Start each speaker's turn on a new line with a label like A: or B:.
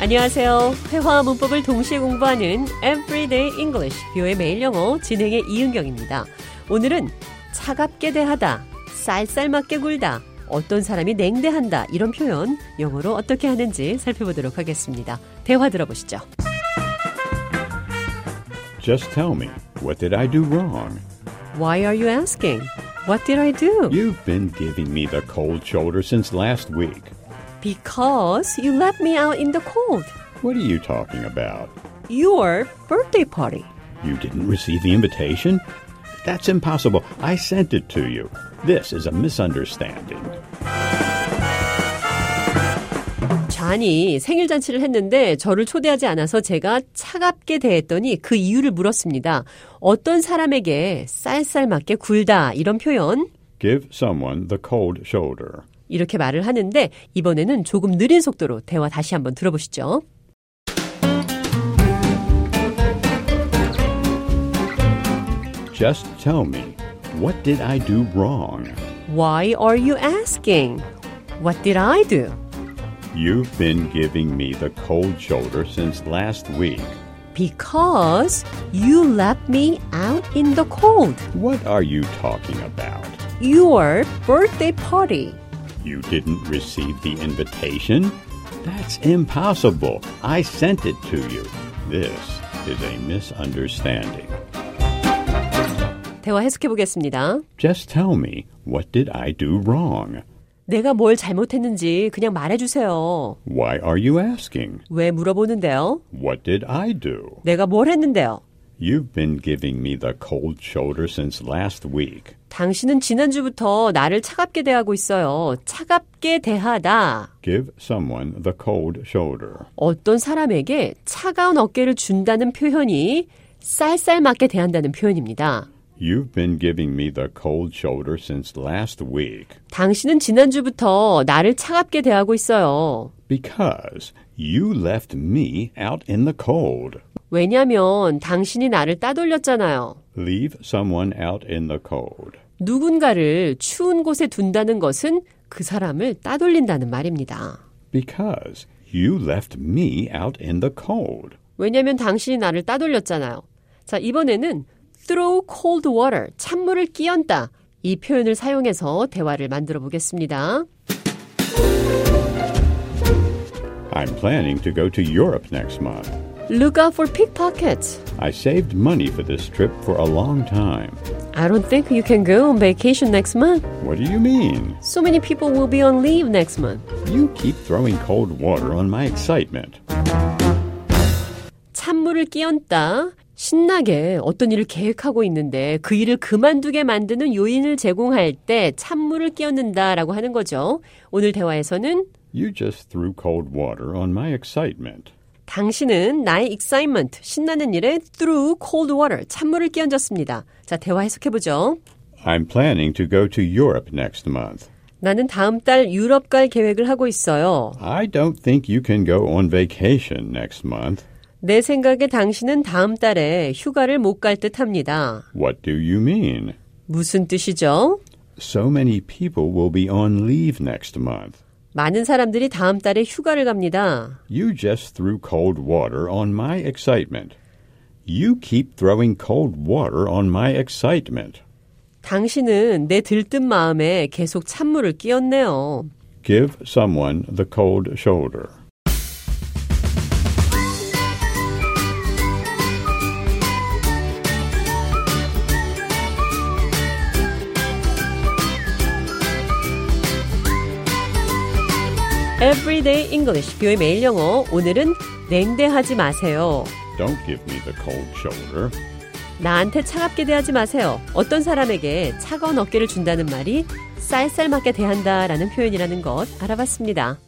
A: 안녕하세요. 회화와 문법을 동시에 공부하는 Everyday English, 뷰의 매일 영어 진행의 이은경입니다. 오늘은 차갑게 대하다, 쌀쌀맞게 굴다, 어떤 사람이 냉대한다 이런 표현 영어로 어떻게 하는지 살펴보도록 하겠습니다. 대화 들어보시죠.
B: Just tell me, what did I do wrong?
A: Why are you asking? What did I do?
B: You've been giving me the cold shoulder since last week.
A: Because you left me out in the cold.
B: What are you talking about?
A: Your birthday party.
B: You didn't receive the invitation? That's impossible. I sent it to you. This is a misunderstanding.
A: 잔이 생일 잔치를 했는데 저를 초대하지 않아서 제가 차갑게 대했더니 그 이유를 물었습니다. 어떤 사람에게 쌀쌀맞게 굴다 이런 표현
B: Give someone the cold shoulder.
A: 이렇게 말을 하는데 이번에는 조금 느린 속도로 대화 다시 한번 들어보시죠.
B: Just tell me, what did I do wrong?
A: Why are you asking? What did I do?
B: You've been giving me the cold shoulder since last week.
A: Because you left me out in the cold.
B: What are you talking about?
A: Your birthday party.
B: You didn't receive the invitation? That's impossible. I sent it to you. This is a misunderstanding.
A: 대화 해석해 보겠습니다.
B: Just tell me, what did I do wrong?
A: 내가 뭘 잘못했는지 그냥 말해주세요.
B: Why are you asking?
A: 왜 물어보는데요?
B: What did I do?
A: 내가 뭘 했는데요?
B: You've been giving me the cold shoulder since last week.
A: 당신은 지난주부터 나를 차갑게 대하고 있어요. 차갑게 대하다.
B: Give someone the cold shoulder.
A: 어떤 사람에게 차가운 어깨를 준다는 표현이 쌀쌀맞게 대한다는 표현입니다.
B: You've been giving me the cold shoulder since last week
A: 당신은 지난주부터 나를 차갑게 대하고 있어요.
B: because you left me out in the cold.
A: 왜냐면 당신이 나를 따돌렸잖아요.
B: Leave someone out in the cold.
A: 누군가를 추운 곳에 둔다는 것은 그 사람을 따돌린다는 말입니다.
B: Because you left me out in the cold.
A: 왜냐면 당신이 나를 따돌렸잖아요. 자, 이번에는 throw cold water, 찬물을 끼얹다. 이 표현을 사용해서 대화를 만들어 보겠습니다.
B: I'm planning to go to Europe next month.
A: Look out for pickpockets.
B: I saved money for this trip for a long time.
A: I don't think you can go on vacation next month.
B: What do you mean?
A: So many people will be on leave next month.
B: You keep throwing cold water on my excitement.
A: 찬물을 끼얹다. 신나게 어떤 일을 계획하고 있는데 그 일을 그만두게 만드는 요인을 제공할 때 찬물을 끼얹는다라고 하는 거죠. 오늘 대화에서는
B: You just threw cold water on my excitement.
A: 당신은 나의 excitement, 신나는 일에 through cold water, 찬물을 끼얹었습니다. 자, 대화 해석해보죠.
B: I'm planning to go to Europe next month.
A: 나는 다음 달 유럽 갈 계획을 하고 있어요.
B: I don't think you can go on vacation next month.
A: 내 생각에 당신은 다음 달에 휴가를 못 갈 듯 합니다.
B: What do you mean?
A: 무슨 뜻이죠?
B: So many people will be on leave next month.
A: 많은 사람들이 다음 달에 휴가를 갑니다.
B: You just threw cold water on my excitement. You keep throwing cold water on my excitement.
A: 당신은 내 들뜬 마음에 계속 찬물을 끼얹네요.
B: Give someone the cold shoulder.
A: Everyday English, 뷰의 매일 영어. 오늘은 냉대하지 마세요.
B: Don't give me the cold shoulder.
A: 나한테 차갑게 대하지 마세요. 어떤 사람에게 차가운 어깨를 준다는 말이 쌀쌀맞게 대한다라는 표현이라는 것 알아봤습니다.